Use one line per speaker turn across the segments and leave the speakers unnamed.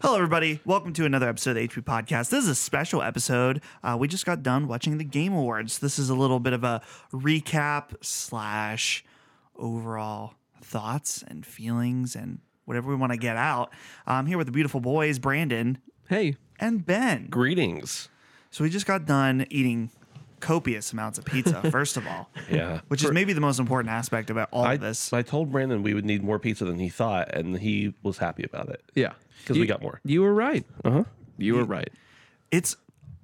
Hello, everybody. Welcome to another episode of the HP Podcast. This is a special episode. Uh, we just got done watching the Game Awards. This is a little bit of a recap slash overall thoughts and feelings and whatever we want to get out. I'm here with the beautiful boys, Brandon
Hey,
and Ben.
greetings.
So we just got done eating copious amounts of pizza, first of all,
Yeah.
which is maybe the most important aspect about all
I,
of this.
I told Brandon we would need more pizza than he thought, and he was happy about it.
Yeah.
'Cause we got more.
You were right. Uh huh. You were right.
it's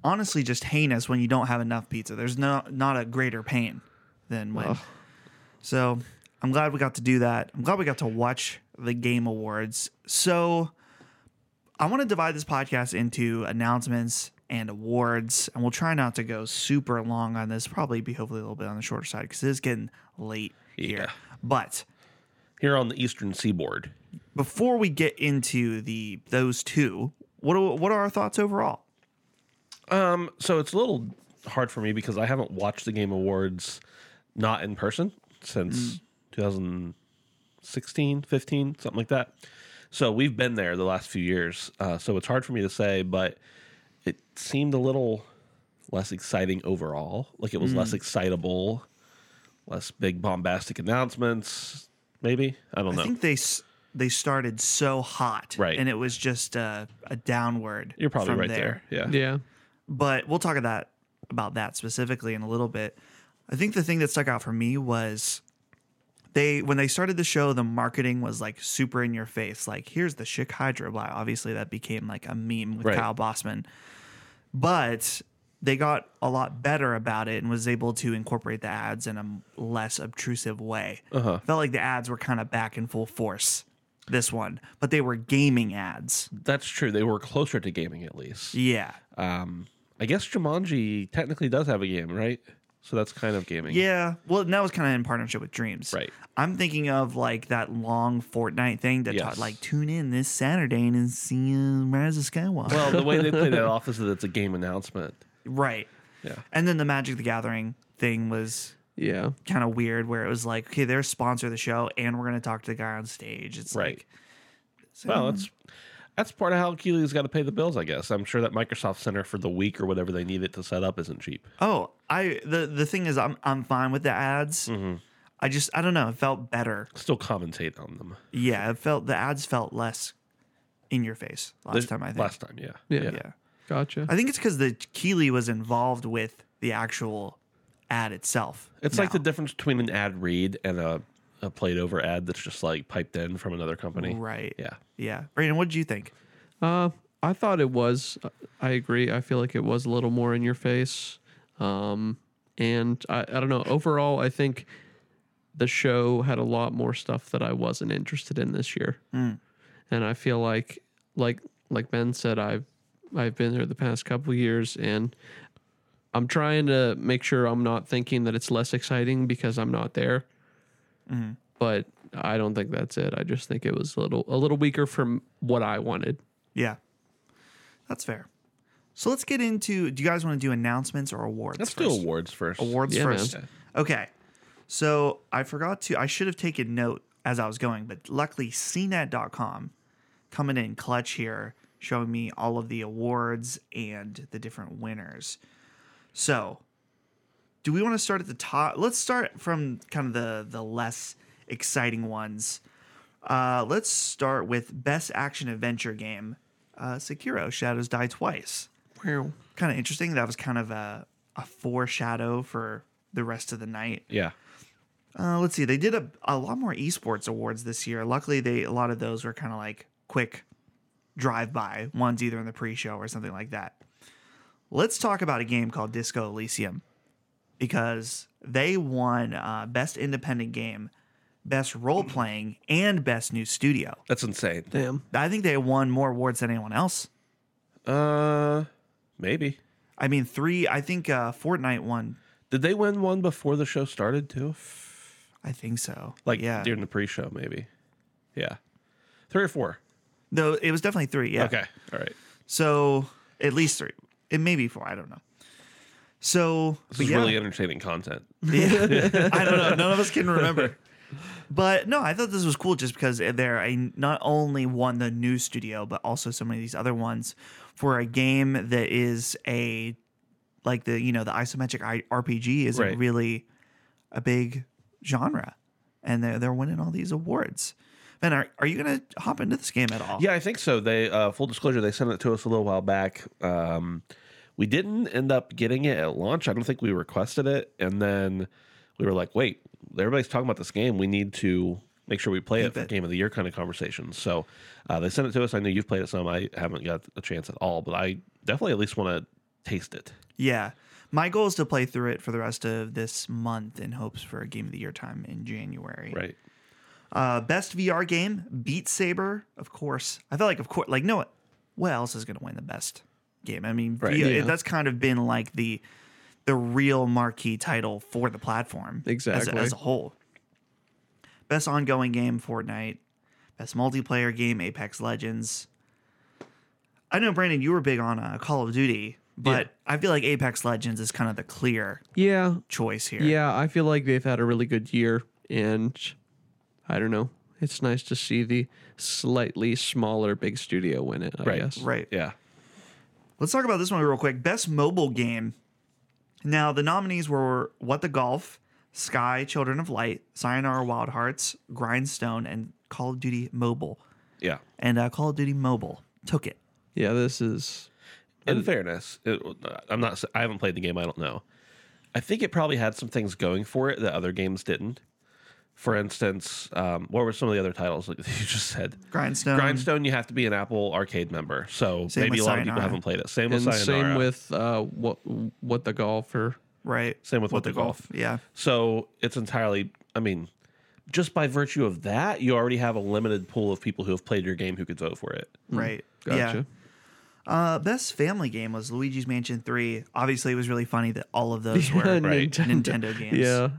honestly just heinous when you don't have enough pizza. There's no not a greater pain than when. So I'm glad we got to do that. I'm glad we got to watch the game awards. So I want to divide this podcast into announcements and awards, and we'll try not to go super long on this. Probably be hopefully a little bit on the shorter side because it's getting late here.
Yeah.
But
Here on the Eastern Seaboard,
before we get into the those two, what are, what are our thoughts overall?
so it's a little hard for me because I haven't watched the Game Awards not in person since 2016, 15, something like that. So we've been there the last few years. Uh, so it's hard for me to say, but it seemed a little less exciting overall. Like it was less excitable, less big bombastic announcements, maybe. I don't know.
I think they s- they started so hot,
Right.
And it was just a, a downward.
You're probably
from
right there. Yeah.
Yeah.
But we'll talk about about that specifically in a little bit. I think the thing that stuck out for me was they when they started the show, the marketing was like super in your face. Like here's the Chick Hydra blah. Obviously, that became like a meme with
Right.
Kyle Bossman, but. They got a lot better about it and was able to incorporate the ads in a less obtrusive way
Uh-huh.
felt like the ads were kind of back in full force this one but they were gaming ads
That's true. They were closer to gaming at least.
yeah
Um, I guess Jumanji technically does have a game, right? So that's kind of gaming.
yeah well and that was kind of in partnership with dreams
Right.
i'm thinking of like that long fortnite thing that taught
Yes.
like tune in this saturday and see uh, rise of skywalker
Well, the way they play that off is that it's a game announcement.
right
Yeah.
and then the magic the gathering thing was
Yeah.
kind of weird where it was like okay they're sponsor of the show and we're going to talk to the guy on stage it's
Right.
like
Well, that's that's part of how Keeley's got to pay the bills, I guess. I'm sure that Microsoft Center for the week or whatever they need it to set up isn't cheap.
oh i the the thing is i'm i'm fine with the ads
Mm-hmm.
i just i don't know it felt better
Still commentate on them.
Yeah, it felt the ads felt less in your face last
This-
time. I think.
Last time, yeah.
Yeah.
yeah.
Gotcha.
I think it's because the Keeley was involved with the actual ad itself.
It's like
now.
the difference between an ad read and a, a played over ad that's just like piped in from another company.
right.
Yeah.
yeah. Brandon, what did you think?
Uh, I thought it was. I agree. I feel like it was a little more in your face. Um, and I, I don't know. Overall, I think the show had a lot more stuff that I wasn't interested in this year. And I feel like, like, like Ben said, I've I've been there the past couple years, and I'm trying to make sure I'm not thinking that it's less exciting because I'm not there but I don't think that's it. I just think it was a little a little weaker from what I wanted.
Yeah, that's fair. So let's get into. Do you guys want to do announcements or awards?
Let's do
first?
awards first.
Awards
Yeah,
first.
man.
Okay. So I forgot to, I should have taken note as I was going, but luckily E CNET.com coming in clutch here, showing me all of the awards and the different winners. So do we want to start at the top? Let's start from kind of the, the less exciting ones. Uh, let's start with best action adventure game, uh, Sekiro: Shadows Die Twice
Wow.
kind of interesting. That was kind of a, a foreshadow for the rest of the night.
Yeah.
Uh, let's see. They did a, a lot more esports awards this year. Luckily, they a lot of those were kind of like quick drive by ones, either in the pre show or something like that. Let's talk about a game called Disco Elysium because they won uh, Best Independent Game, Best Role Playing, and Best New Studio.
That's insane.
Damn.
I think they won more awards than anyone else.
Uh, maybe.
I mean, three. I think uh, Fortnite won.
Did they win one before the show started too?
I think so.
Like
yeah,
during the pre-show, maybe. Yeah, three or four.
though it was definitely three. Yeah.
Okay, all right.
So at least three. It may be four. I don't know. So
This
but
is
yeah.
really entertaining content.
Yeah. I don't know. None of us can remember. But no, I thought this was cool just because they're a, not only won the new studio, but also so many of these other ones for a game that is a like the you know the isometric I- RPG isn't
Right.
really a big genre, and they're they're winning all these awards. Man, are, are you gonna hop into this game at all?
Yeah, I think so. They uh, full disclosure, they sent it to us a little while back. Um, we didn't end up getting it at launch. I don't think we requested it, and then we were like, "Wait, everybody's talking about this game. We need to make sure we play it
Keep
for
it.
game of the year kind of conversations." So uh, they sent it to us. I know you've played it some. I haven't got a chance at all, but I definitely at least want to taste it.
Yeah. My goal is to play through it for the rest of this month in hopes for a game of the year time in January.
Right.
Uh, best VR game, Beat Saber, of course. I feel like, of course, like, no, what else is going to win the best game? I mean,
Right,
VR
yeah.
that's kind of been like the the real marquee title for the platform as-
Exactly.
as, a whole. Best ongoing game, Fortnite. Best multiplayer game, Apex Legends. I know, Brandon, you were big on uh, Call of Duty, but I feel like Apex Legends is kind of the clear
Yeah.
choice here.
Yeah, I feel like they've had a really good year, and I don't know. It's nice to see the slightly smaller big studio win it. I
Right,
guess.
Right.
Yeah.
Let's talk about this one real quick. Best mobile game. Now, the nominees were What the Golf, Sky, Children of Light, Sayonara Wild Hearts, Grindstone, and Call of Duty Mobile.
Yeah.
And uh, Call of Duty Mobile took it.
Yeah, this is.
In fairness, it, I'm not. I haven't played the game. I don't know. I think it probably had some things going for it that other games didn't. For instance, um, what were some of the other titles like you just said?
Grindstone.
Grindstone, you have to be an Apple Arcade member, so
Um, Same
maybe
with
a lot of people
Sayonara.
haven't played it. Same with
And
Sayonara.
same with uh, what what the golfer.
Right.
Same with What the Golf.
Yeah.
So it's entirely. I mean, just by virtue of that, you already have a limited pool of people who have played your game who could vote for it.
Right. Yeah.
Gotcha.
Uh, best family game was Luigi's Mansion 3. Obviously, it was really funny that all of those were
right.
Nintendo games.
Yeah.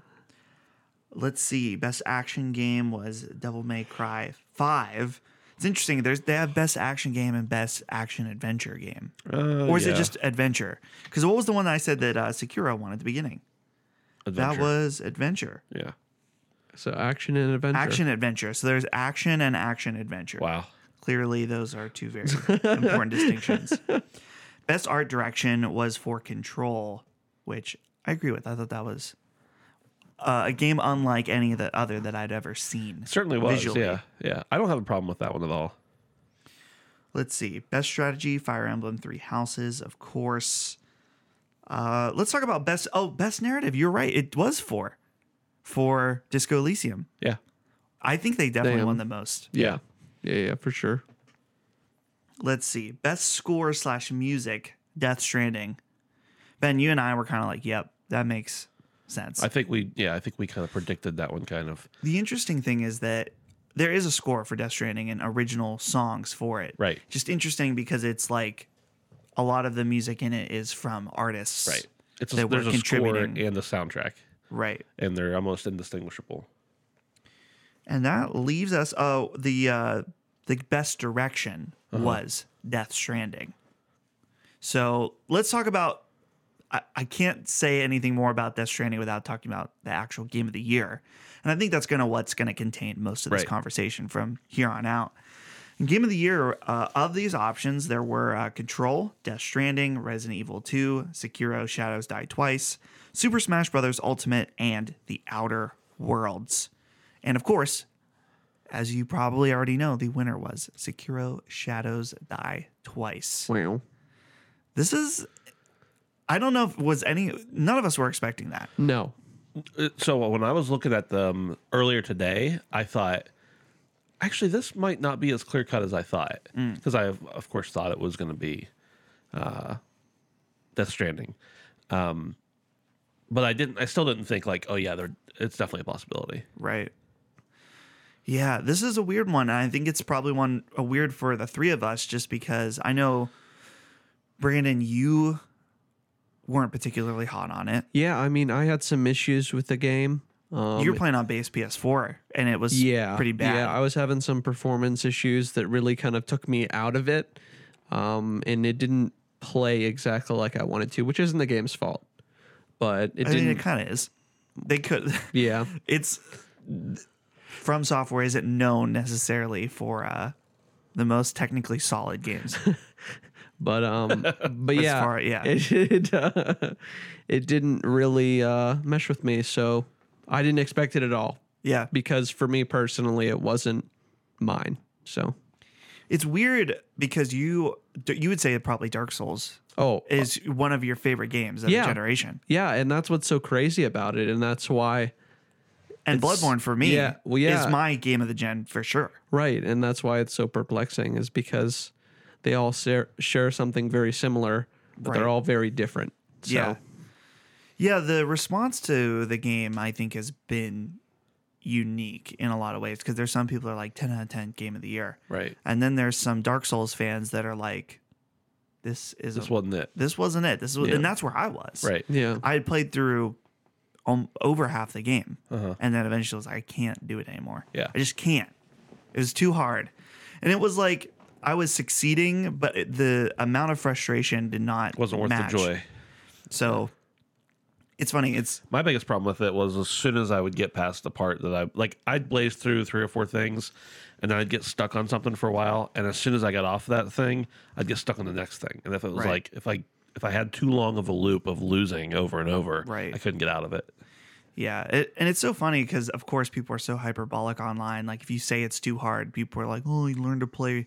let's see best action game was devil may cry 5 it's interesting there's they have best action game and best action adventure game
Uh,
or is it
yeah.
just adventure because what was the one that i said that uh, sekiro won at the beginning that
Adventure.
was adventure
yeah.
So action and adventure.
action adventure so there's action and action adventure
Wow.
clearly those are two very important distinctions best art direction was for control which i agree with i thought that was uh, a game unlike any of the other that i'd ever seen
Certainly was.
Visually.
Yeah. Yeah. I don't have a problem with that one at all.
Let's see. Best strategy, Fire Emblem Three Houses, of course. Uh, let's talk about best. Oh, best narrative. You're right. It was four for Disco Elysium.
Yeah.
I think they definitely
Damn.
won the most.
Yeah. Yeah, yeah, for sure.
Let's see. Best score slash music, Death Stranding. Ben, you and I were kind of like, yep, that makes sense.
I think we, yeah, I think we kind of predicted that one kind of.
the interesting thing is that there is a score for Death Stranding and original songs for it.
Right.
Just interesting because it's like a lot of the music in it is from artists.
It's
They
a,
were
there's a score and
contributing.
a soundtrack,
Right.
and they're almost indistinguishable.
And that leaves us oh the uh the best direction was Death Stranding. So let's talk about I, I can't say anything more about Death Stranding without talking about the actual game of the year. And I think that's gonna what's gonna contain most of this
Right.
conversation from here on out. Game of the year uh, of these options, there were uh, Control, Death Stranding, Resident Evil 2, Sekiro: Shadows Die Twice, Super Smash Bros. Ultimate, and The Outer Worlds. And of course, as you probably already know, the winner was Sekiro: Shadows Die Twice.
Wow.
This is, I don't know if was any, none of us were expecting that.
No.
Uh, So when I was looking at them earlier today, I thought, actually, this might not be as
Mm.
clear cut as I thought, because I, of course, thought it was going to be, uh, Death Stranding. Um, but I didn't. I still didn't think like, oh yeah, there. It's definitely a possibility.
Right. Yeah, this is a weird one. I think it's probably one a weird for the three of us just because I know Brandon, you weren't particularly hot on it.
Yeah, I mean, I had some issues with the game. Um,
you were playing on base PS4 and it was
yeah,
pretty bad.
Yeah, I was having some performance issues that really kind of took me out of it, um, and it didn't play exactly like I wanted to, which isn't the game's fault, but it
I mean,
didn't.
it kind of is. They could.
yeah,
it's from software isn't known necessarily for uh, the most technically solid games.
but um, but yeah,
far- yeah.
it it, uh, it didn't really uh, mesh with me, so I didn't expect it at all
yeah,
because for me personally, it wasn't mine. So
it's weird because you you would say probably Dark Souls
oh,
is one of your favorite games of
Yeah.
the generation,
yeah, and that's what's so crazy about it, and that's why.
and
It's-
Bloodborne for me
yeah, well, yeah.
is my game of the gen for sure.
Right, and that's why it's so perplexing is because they all share, share something very similar, but they're
Right.
all very different. So,
Yeah. Yeah, the response to the game I think has been unique in a lot of ways because there's some people that are like 10 out of 10 game of the year.
Right.
And then there's some Dark Souls fans that are like this is
This
this,
wasn't it.
this wasn't it. This was
Yeah.
and that's where I was.
Right.
yeah,
I had played through um, over half the game,
Uh-huh.
and then eventually was like, I can't do it anymore.
Yeah.
I just can't. It was too hard, and it was like I was succeeding, but it, the amount of frustration did not
Wasn't worth
match.
the joy.
So it's funny. It's
My biggest problem with it was as soon as I would get past the part that I like, I'd blaze through three or four things, and then I'd get stuck on something for a while. And as soon as I got off that thing, I'd get stuck on the next thing. And if it was
Right.
like if I if I had too long of a loop of losing over and over,
Right.
I couldn't get out of it.
yeah, it, and it's so funny because of course people are so hyperbolic online. Like if you say it's too hard, people are like, "Oh, you learn to play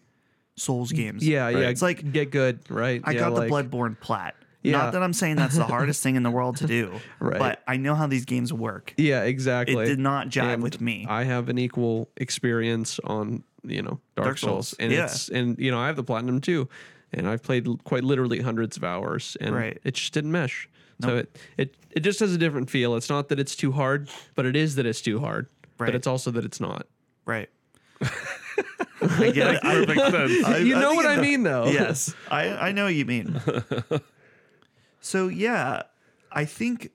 Souls games."
yeah, yeah.
It's like
get good, right?
I
Yeah,
got the
like-
Bloodborne plat.
Yeah.
Not that I'm saying that's the hardest thing in the world to do,
Right.
but I know how these games work.
Yeah, exactly.
It did not jive
And
with me.
I have an equal experience on you know Dark,
Dark
Souls,
Souls,
and
yeah.
it's and you know I have the platinum too, and I've played l- quite literally hundreds of hours, and
Right.
it just didn't mesh. So it, it it just has a different feel. It's not that it's too hard, but it is that it's too hard. But
Right.
it's also that it's not.
right. I get it. I- I-
you
I
know
think
what
it
I
does.
mean, though.
yes, I, I know what you mean. so yeah, I think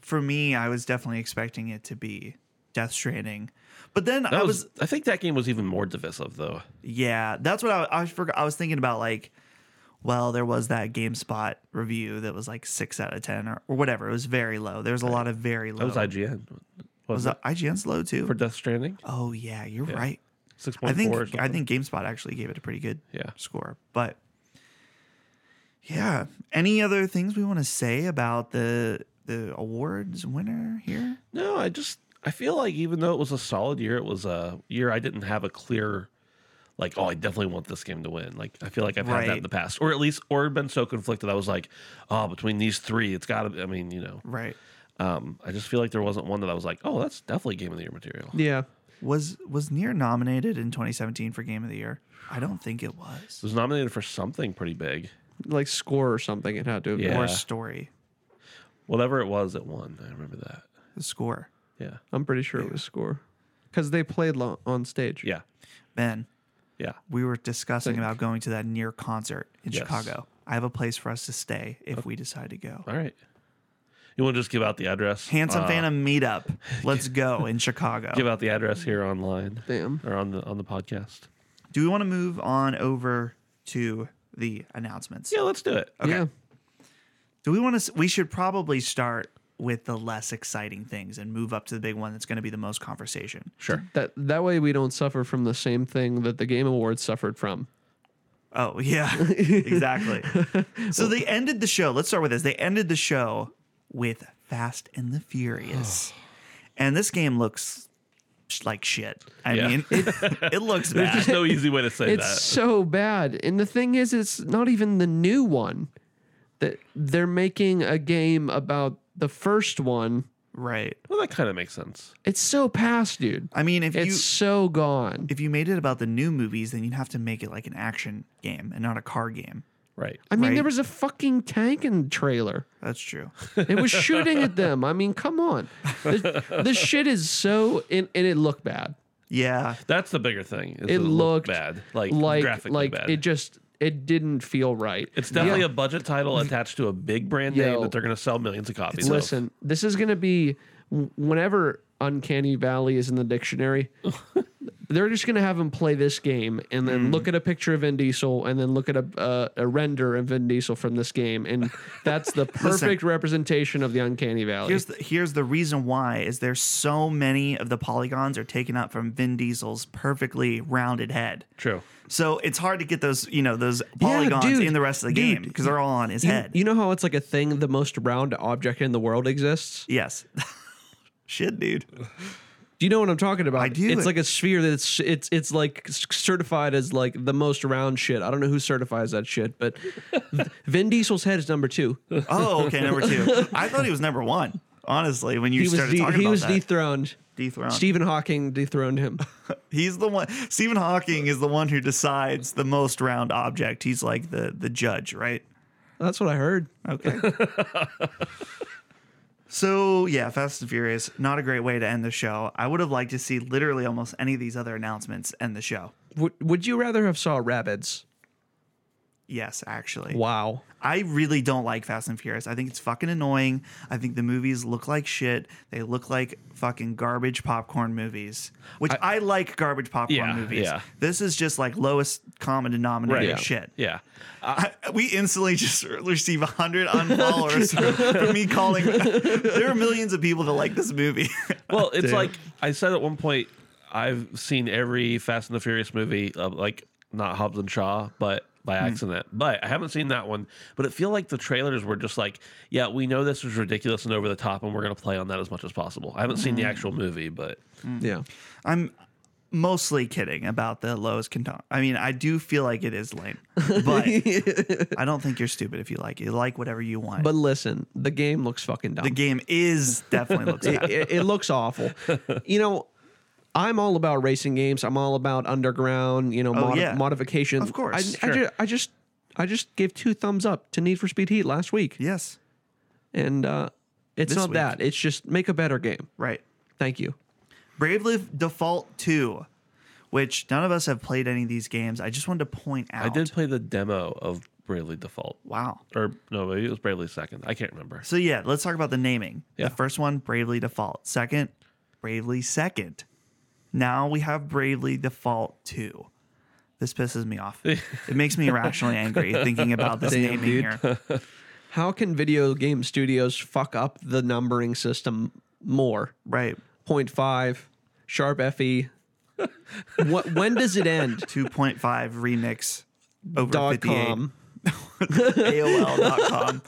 for me, I was definitely expecting it to be Death Stranding, but then I
That
was,
was, I think that game was even more divisive though.
yeah, that's what I I, forgot, I was thinking about like. Well, there was that GameSpot review that was like six out of ten or, or whatever. It was very low. There was a lot of very low.
That was IGN. Was,
Was
that
that IGN's low too?
for Death Stranding?
oh yeah, you're right.
Six
I
point
think
four. or something.
I think GameSpot actually gave it a pretty good
Yeah.
score. But yeah, any other things we want to say about the the awards winner here?
No, I just I feel like even though it was a solid year, it was a year I didn't have a clear like, oh, I definitely want this game to win. Like I feel like I've had that in
Right.
the past. Or at least or been so conflicted I was like, oh, between these three, it's gotta be I mean, you know.
Right.
Um, I just feel like there wasn't one that I was like, oh, that's definitely game of the year material. It
Yeah.
Was was Near nominated in 2017 for Game of the Year? I don't think it was.
was nominated for something pretty big.
Like score or something. It had to. have been.
Yeah.
Or story,
Whatever it was, it won. I remember that.
the score.
Yeah.
I'm pretty sure it was score, because they played lo- on stage.
Yeah.
Ben,
Yeah.
we were discussing about going to that Near concert in
Yes.
Chicago. I have a place for us to stay if we decide to go.
All right. You wanna just give out the address?
Handsome
Uh,
Phantom meetup. Let's go in Chicago.
Give out the address here online.
Damn.
Or on the on the podcast.
Do we want to move on over to the announcements?
Yeah, let's do it.
Yeah.
Do we want to? We should probably start with the less exciting things and move up to the big one that's going to be the most conversation.
Sure.
That that way we don't suffer from the same thing that the Game Awards suffered from.
Oh yeah, exactly. so they ended the show. Let's start with this. They ended the show with Fast and the Furious, and this game looks sh- like shit. I
Yeah.
mean, it, it looks
There's
bad.
just no easy way to say
It's
that.
so bad. And the thing is it's not even the new one. That they're making a game about the first one.
right.
Well, that kind of makes sense.
It's so past, dude.
I mean, if
It's
you
so gone.
if you made it about the new movies, then you'd have to make it like an action game and not a car game.
Right.
I mean, there
Right.
was a fucking tank in the trailer.
That's true.
It was shooting at them. I mean, come on. This, this shit is so and, and it looked bad.
Yeah.
That's the bigger thing. is
It looked
looked bad. Like,
Like
graphically
like
bad.
it just it didn't feel right.
it's definitely a budget title attached to a big brand name
Yo.
that they're going to sell millions of copies. of.
Listen, this is going to be w- whenever Uncanny Valley is in the dictionary. they're just going to have him play this game and
Mm.
then look at a picture of Vin Diesel and then look at a uh, a render of Vin Diesel from this game, and that's the perfect representation of the Uncanny Valley.
Here's the, here's the reason why is there's so many of the polygons are taken up from Vin Diesel's perfectly rounded head.
True.
So it's hard to get those, you know, those
Yeah,
polygons
dude,
in the rest of the game
dude,
because they're all on his
You,
head.
you know how it's like a thing the most round object in the world exists?
yes. Shit, dude.
Do you know what I'm talking about?
I do.
It's like a sphere that's it's it's like s- certified as like the most round shit. I don't know who certifies that shit, but Vin Diesel's head is number two.
Oh, okay, number two. I thought he was number one. Honestly, when you
He was
started
de-
talking
he
about
was
that,
dethroned.
dethroned.
Stephen Hawking dethroned him.
He's the one. Stephen Hawking is the one who decides the most round object. He's like the the judge, right?
That's what I heard.
Okay. so yeah, Fast and Furious. Not a great way to end the show. I would have liked to see literally almost any of these other announcements end the show.
Would would you rather have saw rabbits?
Yes, actually.
Wow.
I really don't like Fast and Furious. I think it's fucking annoying. I think the movies look like shit. They look like fucking garbage popcorn movies, which I, like garbage popcorn
Yeah,
movies.
yeah.
This is just like lowest common denominator
Right. Yeah.
shit.
Yeah.
I, we instantly just receive 100 unfollowers for, for me calling. There are millions of people that like this movie.
Well, it's like I said at one point. I've seen every Fast and the Furious movie, uh, like not Hobbs and Shaw, but by
Hmm.
accident. But I haven't seen that one. But it feel like the trailers were just like, yeah, we know this was ridiculous and over the top, and we're gonna play on that as much as possible. I haven't
Hmm.
seen the actual movie, but
Mm.
Yeah.
I'm mostly kidding about the lowest condo- I mean, I do feel like it is lame, but I don't think you're stupid if you like it. You like whatever you want.
But listen, the game looks fucking dumb.
the game is definitely looks
it, it, it looks awful. You know, I'm all about racing games. I'm all about underground. You know, modi-
Oh, yeah.
modifications.
Of course,
I, I,
sure.
ju- I just, I just gave two thumbs up to Need for Speed Heat last week,
yes
and uh, it's
This
not
week.
that. It's just make a better game.
right
Thank you.
bravely default 2 which none of us have played any of these games i just wanted to point out
I did play the demo of Bravely Default,
wow
or no, maybe it was Bravely Second. I can't remember.
so yeah let's talk about the naming
Yeah.
the first one bravely default second bravely second now we have bravely default 2 this pisses me off it makes me irrationally angry thinking about this naming here
How can video game studios fuck up the numbering system more?
right
0.5, sharp fe. what? When does it end?
2.5 remix over
Dot
58
com.
AOL.com.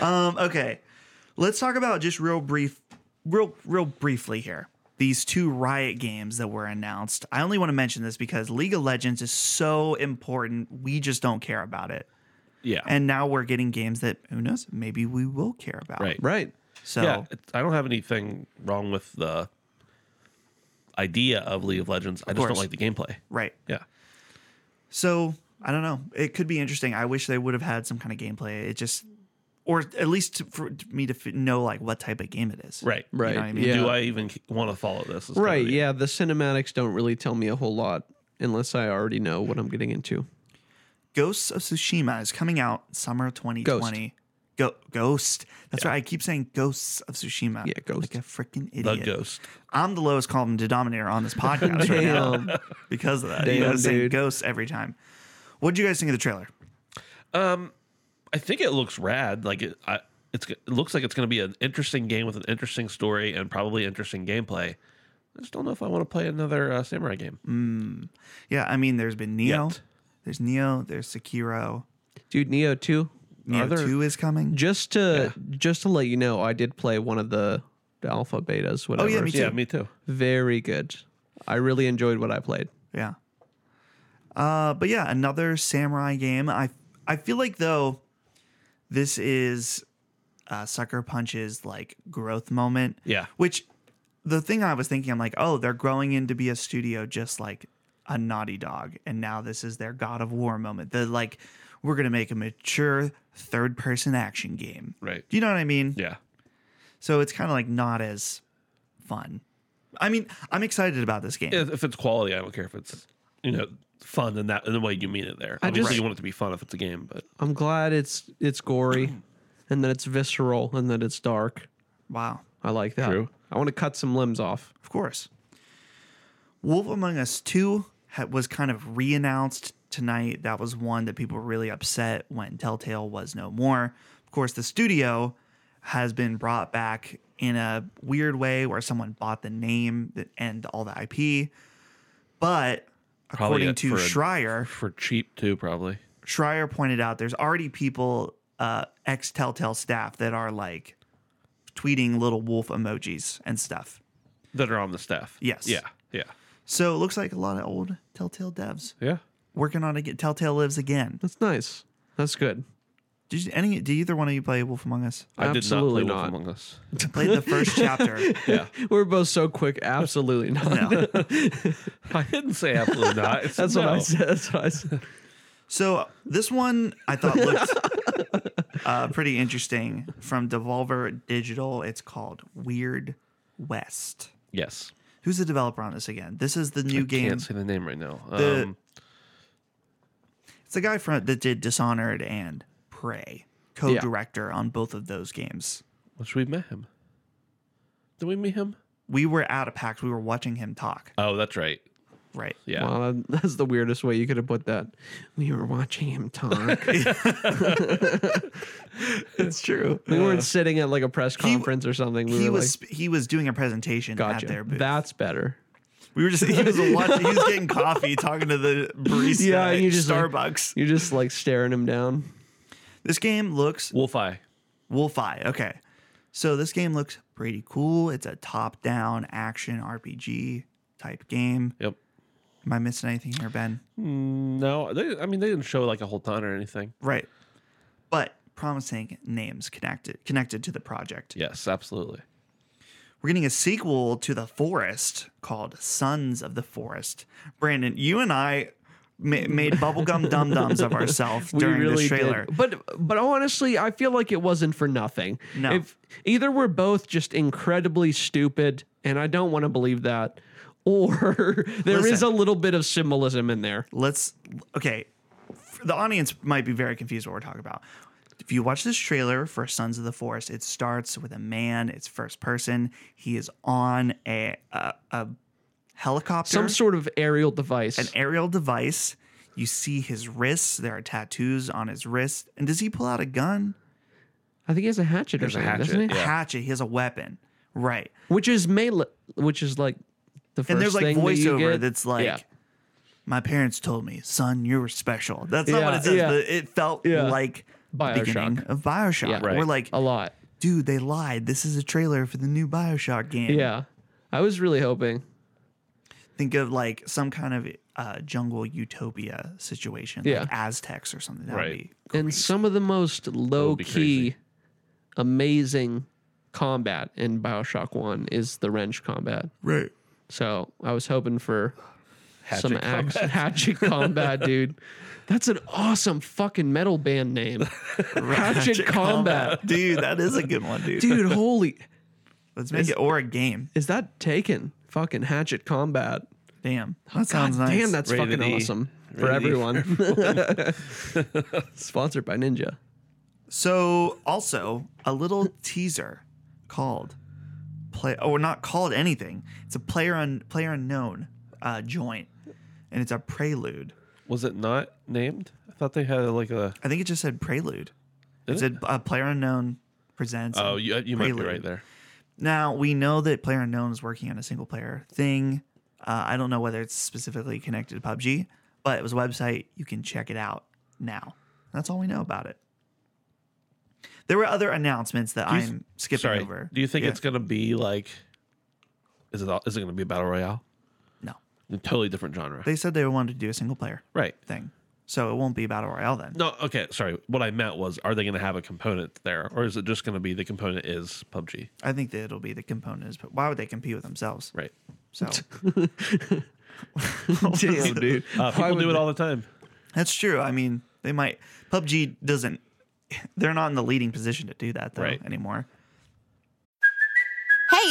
um, okay. Let's talk about just real brief, real, real briefly here. These two Riot games that were announced. I only want to mention this because League of Legends is so important. We just don't care about it.
Yeah,
And now we're getting games that who knows, maybe we will care about.
right.
Right.
So
Yeah, it- I don't have anything wrong with the idea of League of Legends. I just
course.
don't like the gameplay.
right.
Yeah.
So I don't know. It could be interesting. I wish they would have had some kind of gameplay. It just or at least for me to f- know like what type of game it is.
Right.
Right.
what I mean?
Yeah.
Do I even want to follow this? is
Right,
kinda the-
yeah, the cinematics don't really tell me a whole lot unless I already know what I'm getting into.
Ghosts of Tsushima is coming out summer 2020. Ghost. Go- ghost. That's right. I keep saying Ghosts of Tsushima.
Yeah, Ghost.
Like a freaking
The
idiot.
ghost.
I'm the lowest common denominator on this podcast right now because of that. you
Damn,
guys saying
dude.
ghosts every time. What do you guys think of the trailer?
I think it looks rad. Like it, I, it's, it looks like it's going to be an interesting game with an interesting story and probably interesting gameplay. I just don't know if I want to play another uh, samurai game.
Yeah, I mean, there's been Neo.
Yet.
There's Neo. There's Sekiro.
Dude, Neo 2.
Neo
Are there-
2 is coming.
Just to just to let you know, I did play one of the, the alpha betas, whatever.
me too.
Oh, Yeah, me too.
Very good. I really enjoyed what I played.
Yeah. Uh, but yeah, another samurai game. I I feel like though, this is uh, Sucker Punch's like growth moment.
Yeah.
Which the thing I was thinking, I'm like, oh, they're growing in to be a studio just like a Naughty Dog, and now this is their God of War moment. The like we're going to make a mature third person action game.
Right.
Do you know what I mean?
Yeah.
So it's kind of like not as fun. I mean, I'm excited about this game.
If if it's quality, I don't care if it's you know fun in that in the way you mean it. There, obviously,
just-
you want it to be fun if it's a game, but
I'm glad it's it's gory, and that it's visceral, and that it's dark.
Wow.
I like that.
True.
I want to cut some limbs off.
Of course. Wolf Among Us 2 ha- was kind of re announced tonight. That was one that people were really upset when Telltale was no more. Of course, the studio has been brought back in a weird way where someone bought the name that- and all the IP. But
Probably
according
a-
to
for a-
Schreier,
for cheap too, probably.
Schreier pointed out there's already people, uh, ex Telltale staff, that are like tweeting little wolf emojis and stuff.
That are on the staff.
Yes.
Yeah. Yeah.
So it looks like a lot of old Telltale devs
Yeah.
working on it. Telltale lives again.
That's nice. That's good.
Did you, any? Did either one of you play Wolf Among Us?
I
Absolutely
did not play
not.
Wolf Among Us.
I played the first chapter.
Yeah.
We're both so quick. Absolutely not.
No.
I didn't say absolutely not. It's
That's what I
no.
said. That's what I said.
So this one I thought looked uh, pretty interesting from Devolver Digital. It's called Weird West.
Yes.
Who's the developer on this again? This is the new
I
game.
Can't say the name right now.
The-
um,
It's the guy from that did Dishonored and Prey, co-director on both of those games.
which we met him. Did we meet him?
We were at a PAX. We were watching him talk.
Oh, that's right.
Right.
Yeah.
Wow, that- that's the weirdest way you could have put that. We were watching him talk.
It's true.
we weren't sitting at like a press conference or something. We
he
were
was he was doing a presentation
like,
at their
gotcha.
booth.
That's better.
we were just he was watching, he was getting coffee, talking to the barista
Yeah,
at
and you just like-
Starbucks.
You're just like staring him down.
this game looks
Wolf Eye.
Wolf Eye. Okay, so this game looks pretty cool. It's a top-down action RPG type game.
Yep.
Am I missing anything here, Ben?
No, they, I mean they didn't show like a whole ton or anything.
Right, but promising names connected connected to the project.
Yes, absolutely.
We're getting a sequel to The Forest called Sons of the Forest. Brandon, you and I ma- made bubblegum dum dums of ourselves during this trailer.
Did. But but honestly, I feel like it wasn't for nothing.
No.
If either we're both just incredibly stupid, and I don't want to believe that, or there is
Listen.
a little bit of symbolism in there.
Let's, okay, f- the audience might be very confused what we're talking about. If you watch this trailer for Sons of the Forest, it starts with a man, it's first person. He is on a, a, a helicopter.
Some sort of aerial device.
an aerial device. You see his wrists. There are tattoos on his wrist. And does he pull out a gun?
I think he has a hatchet or
There's a
something,
hatchet,
doesn't he?
Yeah.
Hatchet. He has a weapon. Right.
Which is melee, which is like the first
and there's like
thing that you
voiceover
get.
that's like
Yeah.
my parents told me son you were special that's not what
Yeah,
it says
yeah.
but it felt
Yeah.
like the beginning
Bioshock.
of bioshock
Yeah. Oh.
Right.
we're like
a lot.
dude they lied this is a trailer for the new bioshock game
Yeah, I was really hoping.
think of like some kind of uh, jungle utopia situation
Yeah.
like aztecs or something that would
Right.
be
and some of the most low
be
key,
crazy.
amazing combat in Bioshock One is the wrench combat.
right
So I was hoping for some
Hatchet
axe hatchet combat, dude. That's an awesome fucking metal band name, Hatchet Combat,
dude that is a good one dude,
dude. Holy,
let's make it or a game
is that taken? Fucking Hatchet Combat.
damn that sounds
Oh, God
nice
Damn, that's
Rated
fucking
E.
awesome for
Rated E.
everyone. Sponsored by Ninja.
So, also a little teaser called play or not called anything. It's a player un, player unknown uh, joint, and it's a prelude.
Was it not named? I thought they had like a.
I think it just said prelude.
Did
It said uh, player unknown presents.
Oh, you, you might be
Prelude.
right there.
Now we know that player unknown is working on a single player thing. Uh, I don't know whether it's specifically connected to PUBG, but it was a website you can check it out now. That's all we know about it. There were other announcements that
Do you th-
I'm skipping
Sorry.
over.
Do you think
Yeah.
it's gonna be like? Is it all, is it gonna be a battle royale?
No.
A totally different genre.
They said they wanted to do a single player
right.
thing. So it won't be Battle Royale then.
No. Okay. Sorry. What I meant was, are they gonna have a component there, or is it just gonna be the component is PUBG?
I think that it'll be the components, but why would they compete with themselves?
Right.
So
Damn, dude.
Uh,
Why
people
would
Uh, do it
they-
all the time.
that's true. I mean, They might. PUBG doesn't. They're not in the leading position to do that though
Right.
anymore.
Hey,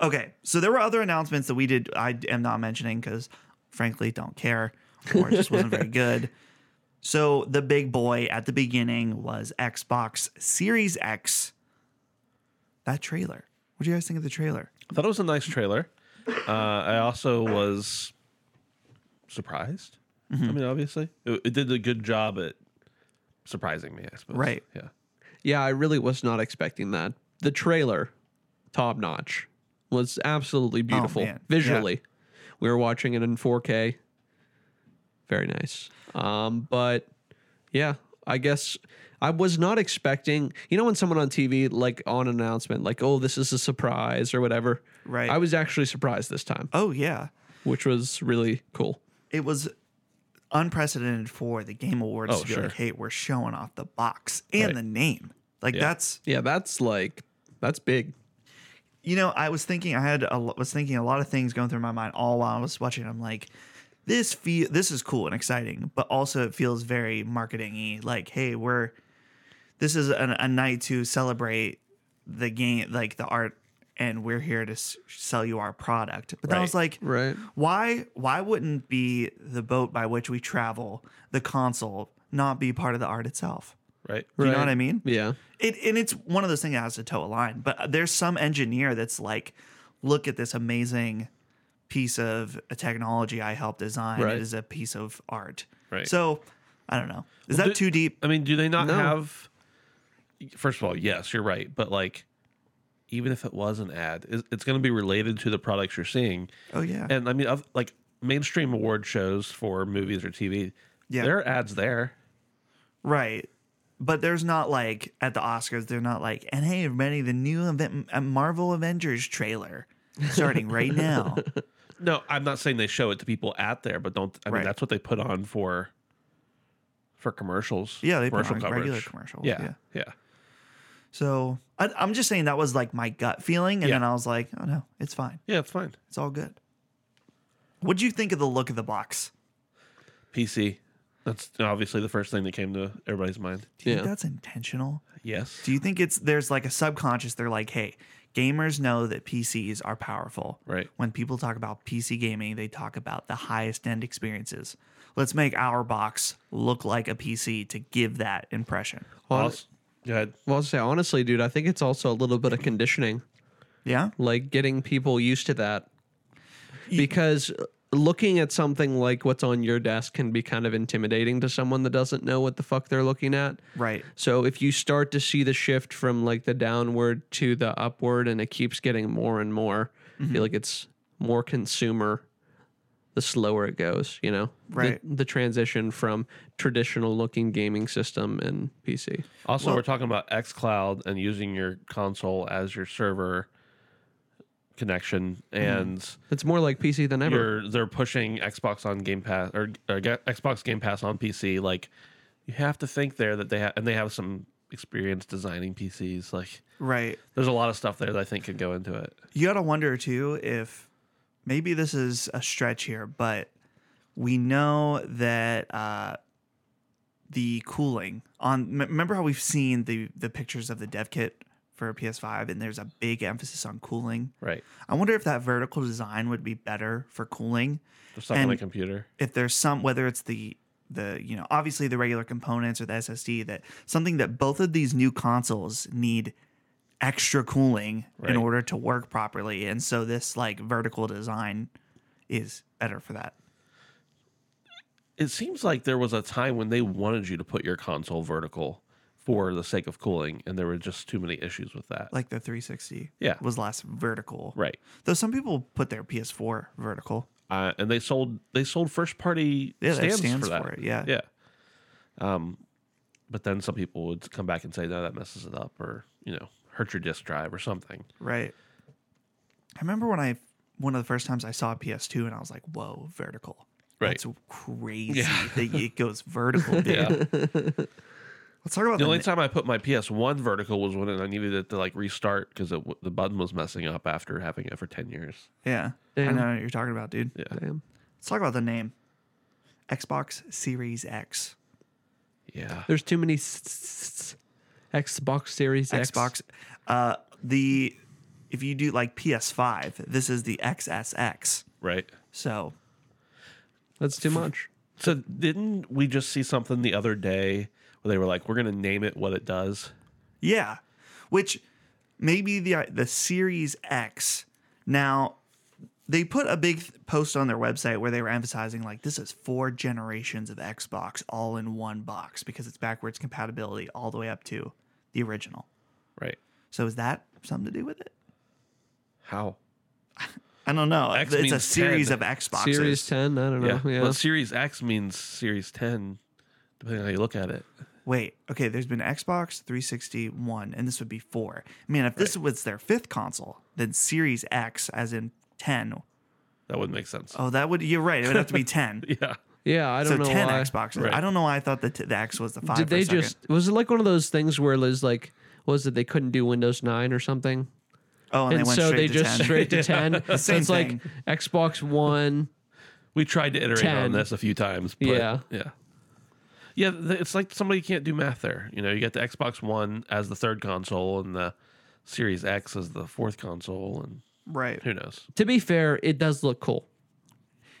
Okay, so there were other announcements that we did. I am not mentioning because, frankly, don't care or it just wasn't very good. So the big boy at the beginning was Xbox Series X. That trailer. What do you guys think of the trailer?
I thought it was a nice trailer. Uh, I also was surprised.
Mm-hmm.
I mean, obviously, it, it did a good job at surprising me. I suppose.
Right.
Yeah.
Yeah, I really was not expecting that. The trailer, top notch, was absolutely beautiful
Oh, man. Yeah.
visually. We were watching it in 4K. Very nice. Um, but yeah, I guess I was not expecting. You know, when someone on TV like on an announcement, like, "Oh, this is a surprise" or whatever.
Right.
I was actually surprised this time,
Oh yeah,
which was really cool.
it was unprecedented for the Game Awards
Oh,
to be
sure.
like, "Hey, we're showing off the box and the name." Like that's
Yeah, that's like that's big.
you know, I was thinking, I had a, lo- was thinking a lot of things going through my mind all while I was watching. it. I'm like, this feel this is cool and exciting, but also it feels very marketing-y. Like, hey, we're this is an, a night to celebrate the game, like the art, and we're here to s- sell you our product. But then I was like,
Right.
why why wouldn't be the boat by which we travel the console not be part of the art itself?
Right.
Do you know
Right.
what I mean?
Yeah.
it and it's one of those things that has to toe a line. But there's some engineer that's like, look at this amazing piece of technology I helped design.
Right.
It is a piece of art.
Right.
So I don't know. Is
Well,
that
do-
too deep?
I mean, do they not have? First of all, yes, you're right, but like, even if it was an ad, it's- it's going to be related to the products you're seeing.
Oh yeah.
And I mean, of like mainstream award shows for movies or TV,
Yeah.
there are ads there.
right. But there's not like at the Oscars, they're not like, and hey, everybody, the new event, uh, Marvel Avengers trailer starting right now.
No, I'm not saying they show it to people at there, but don't. I
Right.
mean, that's what they put on for for commercials.
Yeah, they put on regular commercials,
Yeah,
yeah.
yeah,
So I, I'm just saying that was like my gut feeling. And
Yeah.
then I was like, oh no, it's fine.
yeah. It's fine.
It's all good. What'd you think of the look of the box?
PC. That's obviously the first thing that came to everybody's mind.
Do you think
Yeah.
that's intentional?
Yes.
Do you think it's there's like a subconscious? They're like, hey, gamers know that PCs are powerful.
Right.
When people talk about PC gaming, they talk about the highest end experiences. Let's make our box look like a PC to give that impression.
Also, go ahead.
Well, I'll say honestly, dude, I think it's also a little bit of conditioning,
Yeah.
like getting people used to that. Because uh, looking at something like what's on your desk can be kind of intimidating to someone that doesn't know what the fuck they're looking at.
Right.
So if you start to see the shift from like the downward to the upward and it keeps getting more and more, I
Mm-hmm.
feel like it's more consumer the slower it goes, you know? The-
Right.
The, transition from traditional looking gaming system and PC.
Also, we're talking about xCloud and using your console as your server connection, and
It's more like PC than ever.
you're they're pushing Xbox on Game Pass or, or Ga- Xbox Game Pass on PC. Like, you have to think there that they have, and they have some experience designing PCs. Like,
Right.
there's a lot of stuff there that I think could go into it.
You gotta wonder too if maybe this is a stretch here, but we know that uh, the cooling on. m- remember how we've seen the the pictures of the dev kit for PS5, and there's a big emphasis on cooling.
Right.
I wonder if that vertical design would be better for cooling.
There's stuff on the
And-
computer.
If there's some, whether it's the the you know obviously the regular components or the SSD, that something that both of these new consoles need extra cooling
Right.
in order to work properly, and so this like vertical design is better for that.
It seems like there was a time when they wanted you to put your console vertical for the sake of cooling, and there were just too many issues with that.
Like the 360,
Yeah.
was less vertical,
right.
Though some people put their PS4 vertical.
uh, and they sold they sold first party
Yeah, they have
stands,
stands
for that.
for it, yeah.
yeah. Um, But then some people would come back and say, no, that messes it up or, you know, hurt your disk drive or something.
Right. I remember when I one of the first times I saw a PS2 and I was like, "Whoa, vertical!
Right.
That's crazy that it goes vertical." Dude.
Yeah. the
Let's talk about the
only
na-
time I put my PS1 vertical was when I needed it to like restart because the button was messing up after having it for 10 years.
Yeah, I
Damn.
know what you're talking about, dude.
Yeah.
Damn.
Let's talk about the name, Xbox Series X.
Yeah.
There's too many s- s- s- Xbox Series X.
Xbox. Uh, the if you do like PS5, this is the XSX.
Right.
So
That's too much.
So didn't we just see something the other day where they were like, we're going to name it what it does?
yeah, which maybe the the Series X. Now they put a big th- post on their website where they were emphasizing like this is four generations of Xbox all in one box because it's backwards compatibility all the way up to the original.
Right.
So is that something to do with it?
How?
I don't know.
X
it's a
means
series
10.
of Xboxes.
Series 10, I don't know.
Yeah.
Yeah.
Well, Series X means Series 10, depending on how you look at it.
Wait, okay, there's been Xbox 360 one, and this would be four. Man, if this was their fifth console, then Series X, as in 10.
That would make sense.
Oh, that would, you're right. It would have to be 10.
Yeah.
yeah, I
so
don't know
10
why.
Xboxes.
Right.
I don't know why I thought that t- the X was the five.
Did
for a
they
second.
just was it like one of those things where Liz like was it they couldn't do Windows 9 or something?
Oh, and,
And,
they went
so
straight
they
to
just
10.
straight to 10. So
same
it's like
thing.
Xbox 1
We tried to iterate
10.
on this a few times. But
Yeah.
Yeah. Yeah. th- It's like somebody can't do math there. You know, you got the Xbox One as the third console and the Series X as the fourth console, and
Right.
who knows?
to be fair, it does look cool.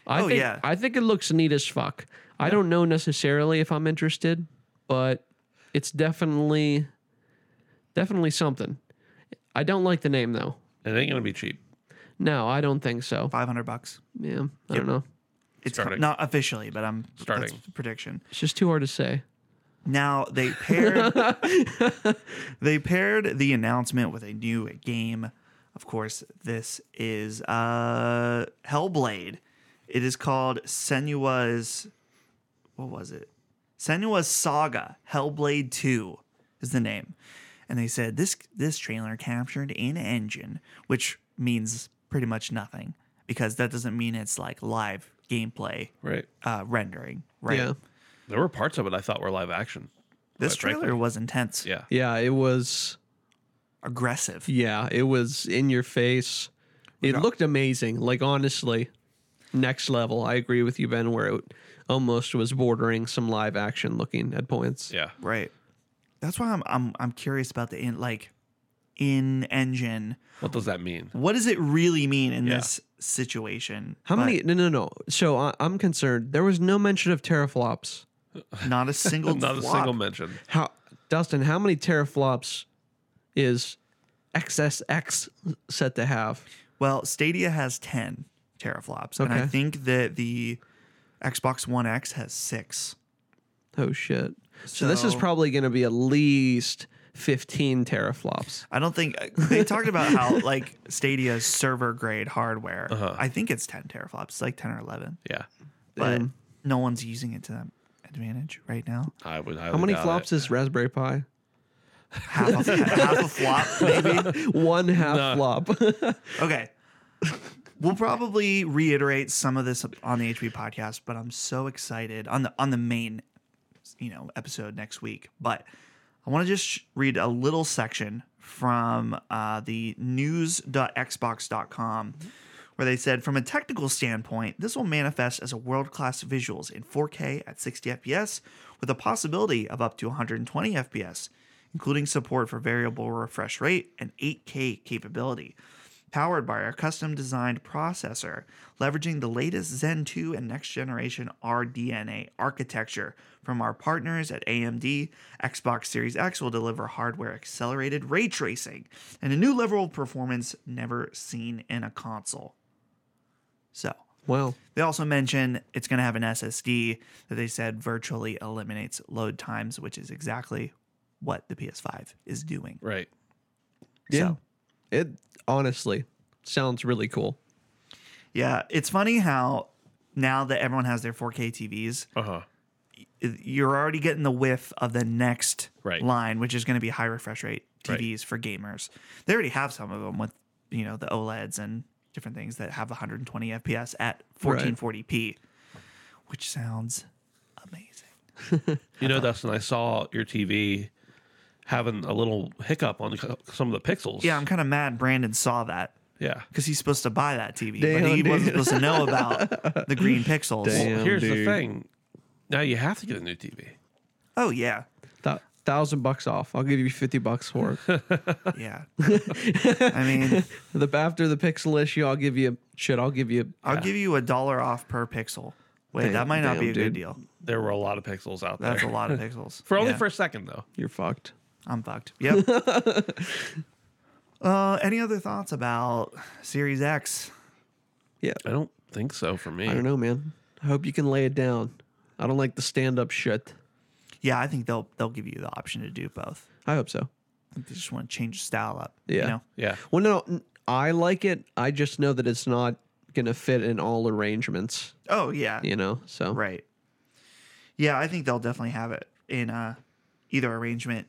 I
Oh,
think,
yeah.
I think it looks neat as fuck. I don't know necessarily if I'm interested, but it's definitely definitely something. I don't like the name though.
It ain't going to be cheap.
No, I don't think so.
500 bucks.
Yeah, I don't know.
It's
Starting.
not officially, but I'm that's
Starting.
the prediction.
It's just too hard to say.
Now they paired they paired the announcement with a new game. Of course, this is uh Hellblade. It is called Senua's what was it? Senua's Saga Hellblade 2 is the name. And they said this this trailer captured an engine, which means pretty much nothing because that doesn't mean it's like live gameplay
Right.
uh rendering, right?
Yeah.
There were parts of it I thought were live action.
This
quite frankly.
trailer was intense.
Yeah.
Yeah, it was.
aggressive.
Yeah, it was in your face. It looked amazing. Like honestly, next level. I agree with you, Ben. Where it almost was bordering some live action looking at points.
Yeah.
Right. That's why I'm I'm I'm curious about the in like in engine.
What does that mean?
What does it really mean in
Yeah.
this situation?
How
But
many? No, no, no. So I, I'm concerned. There was no mention of teraflops.
Not a single.
Not a
flop.
single mention.
How, Dustin? How many teraflops is XSX set to have?
Well, Stadia has ten teraflops, and I
Okay.
think that the Xbox One X has six.
Oh shit! So, this is
So-
probably going to be at least 15 teraflops.
I don't think they talked about how like Stadia's server grade hardware.
Uh-huh.
I think it's ten teraflops, it's like ten or eleven,
Yeah.
but no one's using it to that advantage right now.
I would.
How many flops is Raspberry Pi?
Half a, half a flop, maybe.
One half
No.
flop.
Okay. We'll probably reiterate some of this on the HP podcast, but I'm so excited on the on the main, you know, episode next week. But I want to just sh- read a little section from uh, the news.xbox.com where they said, from a technical standpoint, this will manifest as a world-class visuals in 4K at 60 FPS with a possibility of up to 120 FPS, including support for variable refresh rate and 8K capability powered by our custom designed processor, leveraging the latest Zen 2 and next generation RDNA architecture from our partners at AMD. Xbox Series X will deliver hardware accelerated ray tracing and a new level of performance never seen in a console. So,
well,
they also mention it's going to have an SSD that they said virtually eliminates load times, which is exactly what the PS5 is doing.
Right.
yeah.
So-
It honestly sounds really cool.
Yeah, it's funny how now that everyone has their 4K TVs,
Uh huh.
you're already getting the whiff of the next
Right.
line, which is going to be high refresh rate TVs for gamers. They already have some of them with you know the OLEDs and different things that have 120 FPS at 1440p, which sounds amazing.
You know, Dustin, I saw your TV having a little hiccup on c- some of the pixels.
Yeah, I'm kind of mad Brandon saw that
yeah.
because he's supposed to buy that TV, but
Damn,
he wasn't
dude.
supposed to know about the green pixels.
Damn.
Well, here's the
dude.
thing. Now you have to get a new TV.
Oh yeah,
Th- thousand bucks off. I'll give you fifty bucks for it.
yeah. I mean,
the after the pixel issue, I'll give you shit. I'll give you.
I'll give you a dollar off per pixel. Wait, that
Damn-
might not be a
damn,
good
dude.
deal.
There were a lot of pixels out
That's a
there.
lot of pixels.
For only
Yeah,
for a second though.
You're fucked.
I'm fucked. Yep. uh, any other thoughts about Series X?
I don't think so for me.
I don't know, man. I hope you can lay it down. I don't like the stand up shit.
Yeah, I think they'll they'll give you the option to do both.
I hope so.
I think they just want to change the style up.
Yeah.
You know?
Yeah.
Well, no, n- I like it. I just know that it's not gonna fit in all arrangements.
Oh yeah.
You know, so
Right. Yeah, I think they'll definitely have it in uh, either arrangement.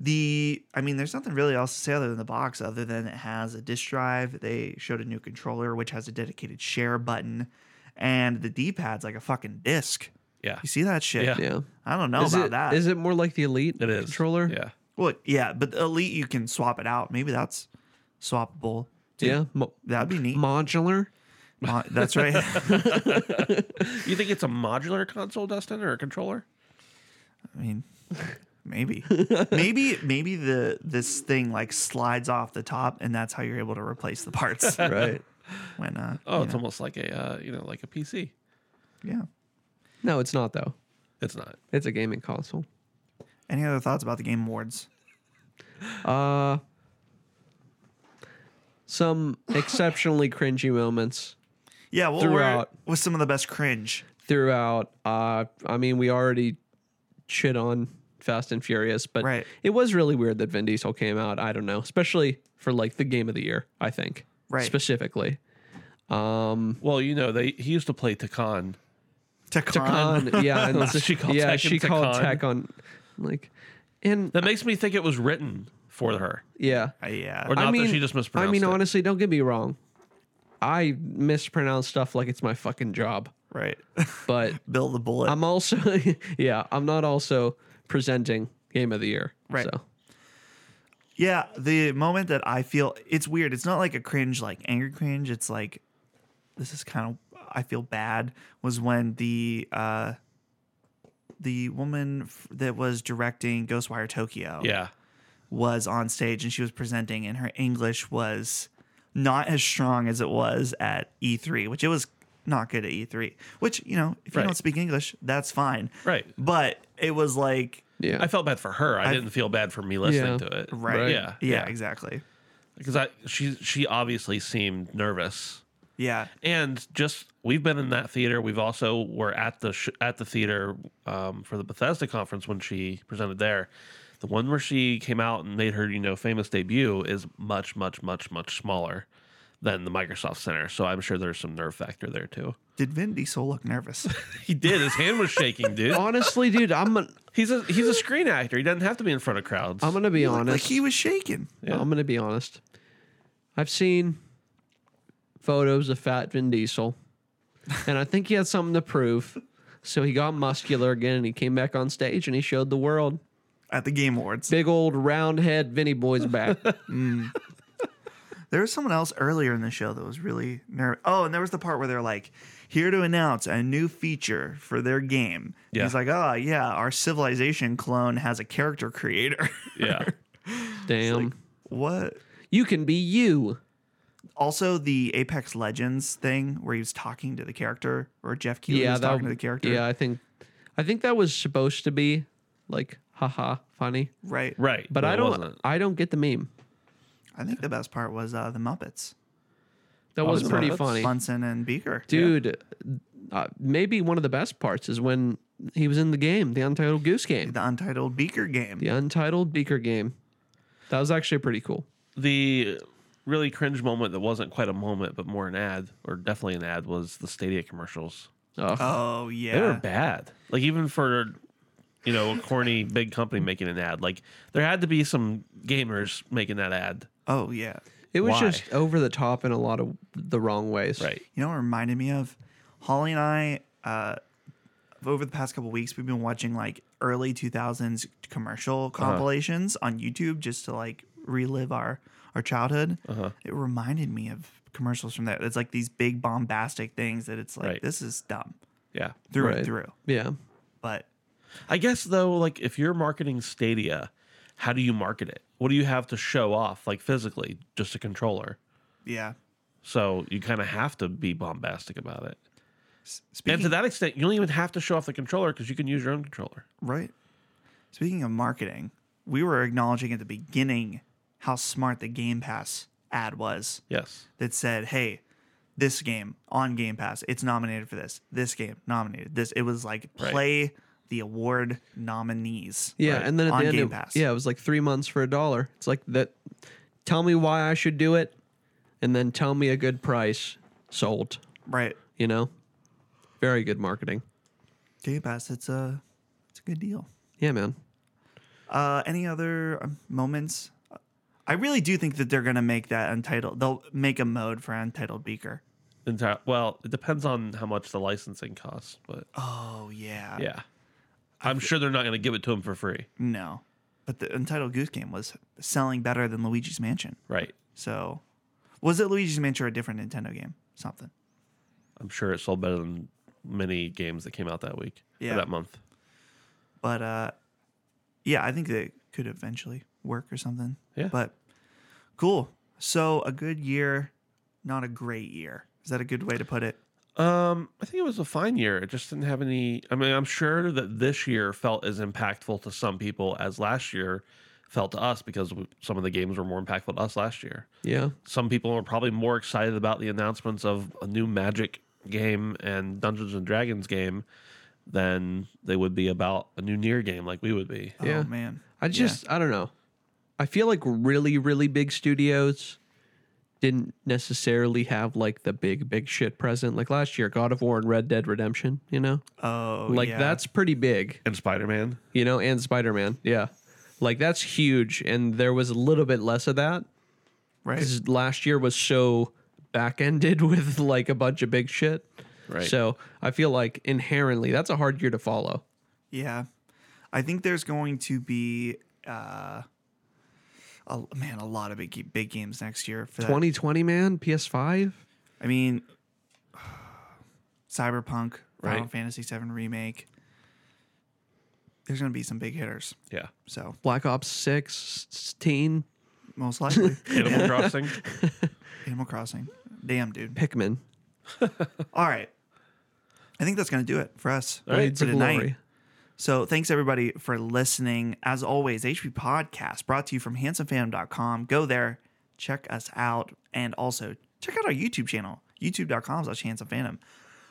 The I mean, there's nothing really else to say other than the box, other than it has a disk drive. They showed a new controller which has a dedicated share button, and the D-pad's like a fucking disc.
Yeah.
You see that shit?
Yeah.
yeah.
I don't know
is
about
it,
that.
Is it more like the elite
It is.
controller?
Yeah.
Well, yeah, but the Elite you can swap it out. Maybe that's swappable.
yeah. Mo-
That'd be neat.
modular.
Mo- that's right. I
You think it's a modular console, Dustin, or a controller?
mean, maybe, maybe, maybe the this thing like slides off the top, and that's how you're able to replace the parts
Right.
when. Uh,
Oh,
you
it's
know,
almost like a uh, you know, like a PC.
yeah.
No, it's not though.
It's not.
It's a gaming console.
Any other thoughts about the game awards?
Uh some exceptionally cringy moments
Yeah, well, we're
Throughout.
with some of the best cringe.
throughout. Uh I mean, we already shit on Fast and Furious, but
Right.
it was really weird that Vin Diesel came out. I don't know, especially for like the game of the year, I think.
Right.
Specifically. Um
Well, you know, they he used to play Takan.
Takan.
Takan, yeah, and
She called
yeah,
Tekken
she called
Tekken.
Tekken like and
That makes me think it was written for her.
yeah.
Uh, yeah.
Or not
I mean,
that she just mispronounced
I mean,
it.
honestly, don't get me wrong. I mispronounce stuff like it's my fucking job,
Right.
but
Bill the bullet.
I'm also, yeah, I'm not also presenting game of the year.
Right.
So
Yeah, the moment that I feel it's weird. It's not like a cringe, like anger cringe. It's like this is kind of I feel bad. Was when the uh the woman f- that was directing Ghostwire Tokyo
Yeah.
was on stage and she was presenting, and her English was not as strong as it was at E3, which it was not good at E3. Which you know, if you
Right.
don't speak English, that's fine.
Right.
But it was like
yeah,
I felt bad for her. I, didn't feel bad for me listening
Yeah.
to it.
right,
Yeah.
yeah, exactly,
Because I she she obviously seemed nervous.
yeah,
and just we've been in that theater. We've also were at the sh- at the theater um, for the Bethesda conference when she presented there. The one where she came out and made her you know famous debut is much much much much smaller than the Microsoft Center. So I'm sure there's some nerve factor there too.
Did Vin Diesel look nervous?
He did. His hand was shaking, dude.
honestly, dude, I'm a,
He's a he's a screen actor. He doesn't have to be in front of crowds.
I'm gonna be
Looked
honest.
Like he was shaking.
I'm gonna be honest. I've seen photos of Fat Vin Diesel, and I think he had something to prove. So he got muscular again, and he came back on stage, and he showed the world
at the Game Awards.
big old round head Vinny boy's back.
There was someone else earlier in the show that was really nervous. Oh, and there was the part where they're like, here to announce a new feature for their game.
Yeah.
He's like, oh, yeah, our civilization clone has a character creator.
yeah,
Damn.
what?
you can be you.
Also, the Apex Legends thing where he was talking to the character, or Jeff Keighley
yeah,
was
that,
talking to the character.
Yeah, I think I think that was supposed to be like haha funny.
Right.
right.
But I
it
don't
wasn't.
I don't get the meme.
I think the best part was uh, the Muppets.
That was
the
pretty
Muppets?
funny.
Bunsen and Beaker.
Dude, uh, maybe one of the best parts is when he was in the game, the Untitled Goose Game.
The Untitled Beaker game.
The Untitled Beaker Game. That was actually pretty cool.
the really cringe moment that wasn't quite a moment but more an ad or definitely an ad was the Stadia commercials.
Ugh.
Oh
They were
yeah.
bad. Like even for you know a corny big company making an ad, like there had to be some gamers making that ad,
Oh yeah.
it was
why?
just over the top in a lot of the wrong ways.
right?
You know what it reminded me of? Holly and I, uh, over the past couple weeks, we've been watching like early 2000s commercial compilations on YouTube just to like relive our, our childhood. It reminded me of commercials from that. It's like these big bombastic things that it's like,
Right.
this is dumb
Yeah.
through
Right.
and through.
Yeah.
But
I guess though, like if you're marketing Stadia, how do you market it? What do you have to show off, like physically? Just a controller.
yeah.
So you kind of have to be bombastic about it.
Speaking
and to that extent, you don't even have to show off the controller because you can use your own controller.
Right. Speaking of marketing, we were acknowledging at the beginning how smart the Game Pass ad was
Yes.
that said, "Hey, this game on Game Pass, it's nominated for this. This game nominated. This it was like play the award nominees."
Yeah,
right,
and then at
on
the end,
Game
it,
Pass.
yeah, it was like three months for a dollar. It's like that. Tell me why I should do it, and then tell me a good price. Sold.
right.
You know, very good marketing.
Game Pass, it's a it's a good deal.
Yeah, man.
Uh, any other um, moments? I really do think that they're gonna make that untitled. They'll make a mode for Untitled Beaker.
Entire. Well, it depends on how much the licensing costs, but
Oh yeah,
yeah, I'm sure they're not going to give it to him for free,
No. But the Untitled Goose Game was selling better than Luigi's Mansion.
right?
So, was it Luigi's Mansion or a different Nintendo game? Something.
I'm sure it sold better than many games that came out that week,
Yeah.
or that month.
But uh, yeah, I think they could eventually work or something.
Yeah.
But cool. So, a good year, not a great year. Is that a good way to put it?
Um, I think it was a fine year. It just didn't have any. I mean, I'm sure that this year felt as impactful to some people as last year felt to us because w- some of the games were more impactful to us last year.
Yeah,
Some people are probably more excited about the announcements of a new Magic game and Dungeons and Dragons game than they would be about a new Near game like we would be.
Yeah.
Oh, man.
I
Yeah.
just I don't know. I feel like really really big studios didn't necessarily have like the big big shit present like last year. God of War and Red Dead Redemption. You know,
Oh,
like
yeah.
that's pretty big.
And Spider Man.
you know, and Spider Man. Yeah. Like that's huge. And there was a little bit less of that
right.
because last year was so back ended with like a bunch of big shit.
Right.
So I feel like inherently that's a hard year to follow.
Yeah, I think there's going to be uh, a man a lot of big big games next year for that
2020, man, PS5.
I mean, Cyberpunk, Final
Right.
Fantasy VII remake. There's going to be some big hitters,
Yeah.
so
Black Ops 16,
most likely
Animal Crossing.
Animal Crossing. Damn, dude.
Pikmin.
All right, I think that's going to do it for us
All right,
Blades
for
of Glory.
So thanks everybody for listening. As always, HP Podcast brought to you from handsomefandom.com. Go there, check us out, and also check out our YouTube channel, youtube.com slash handsomefandom.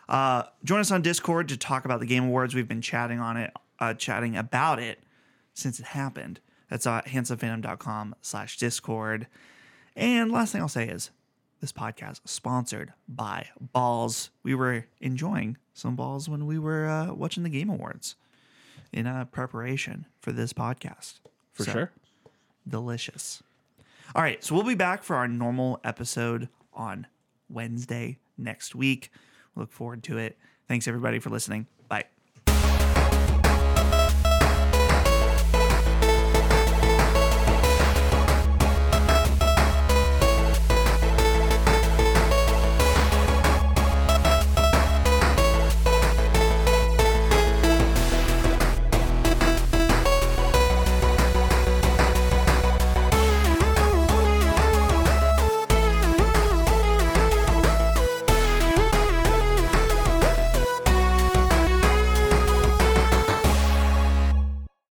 Uh, join us on Discord to talk about the Game Awards. We've been chatting on it, uh, chatting about it since it happened. That's at handsomefandom.com slash Discord. And last thing I'll say is this podcast is sponsored by Balls. We were enjoying some balls when we were uh, watching the Game Awards in uh, preparation for this podcast.
For
So,
sure.
Delicious. All right. So we'll be back for our normal episode on Wednesday next week. We look forward to it. Thanks, everybody, for listening. Bye.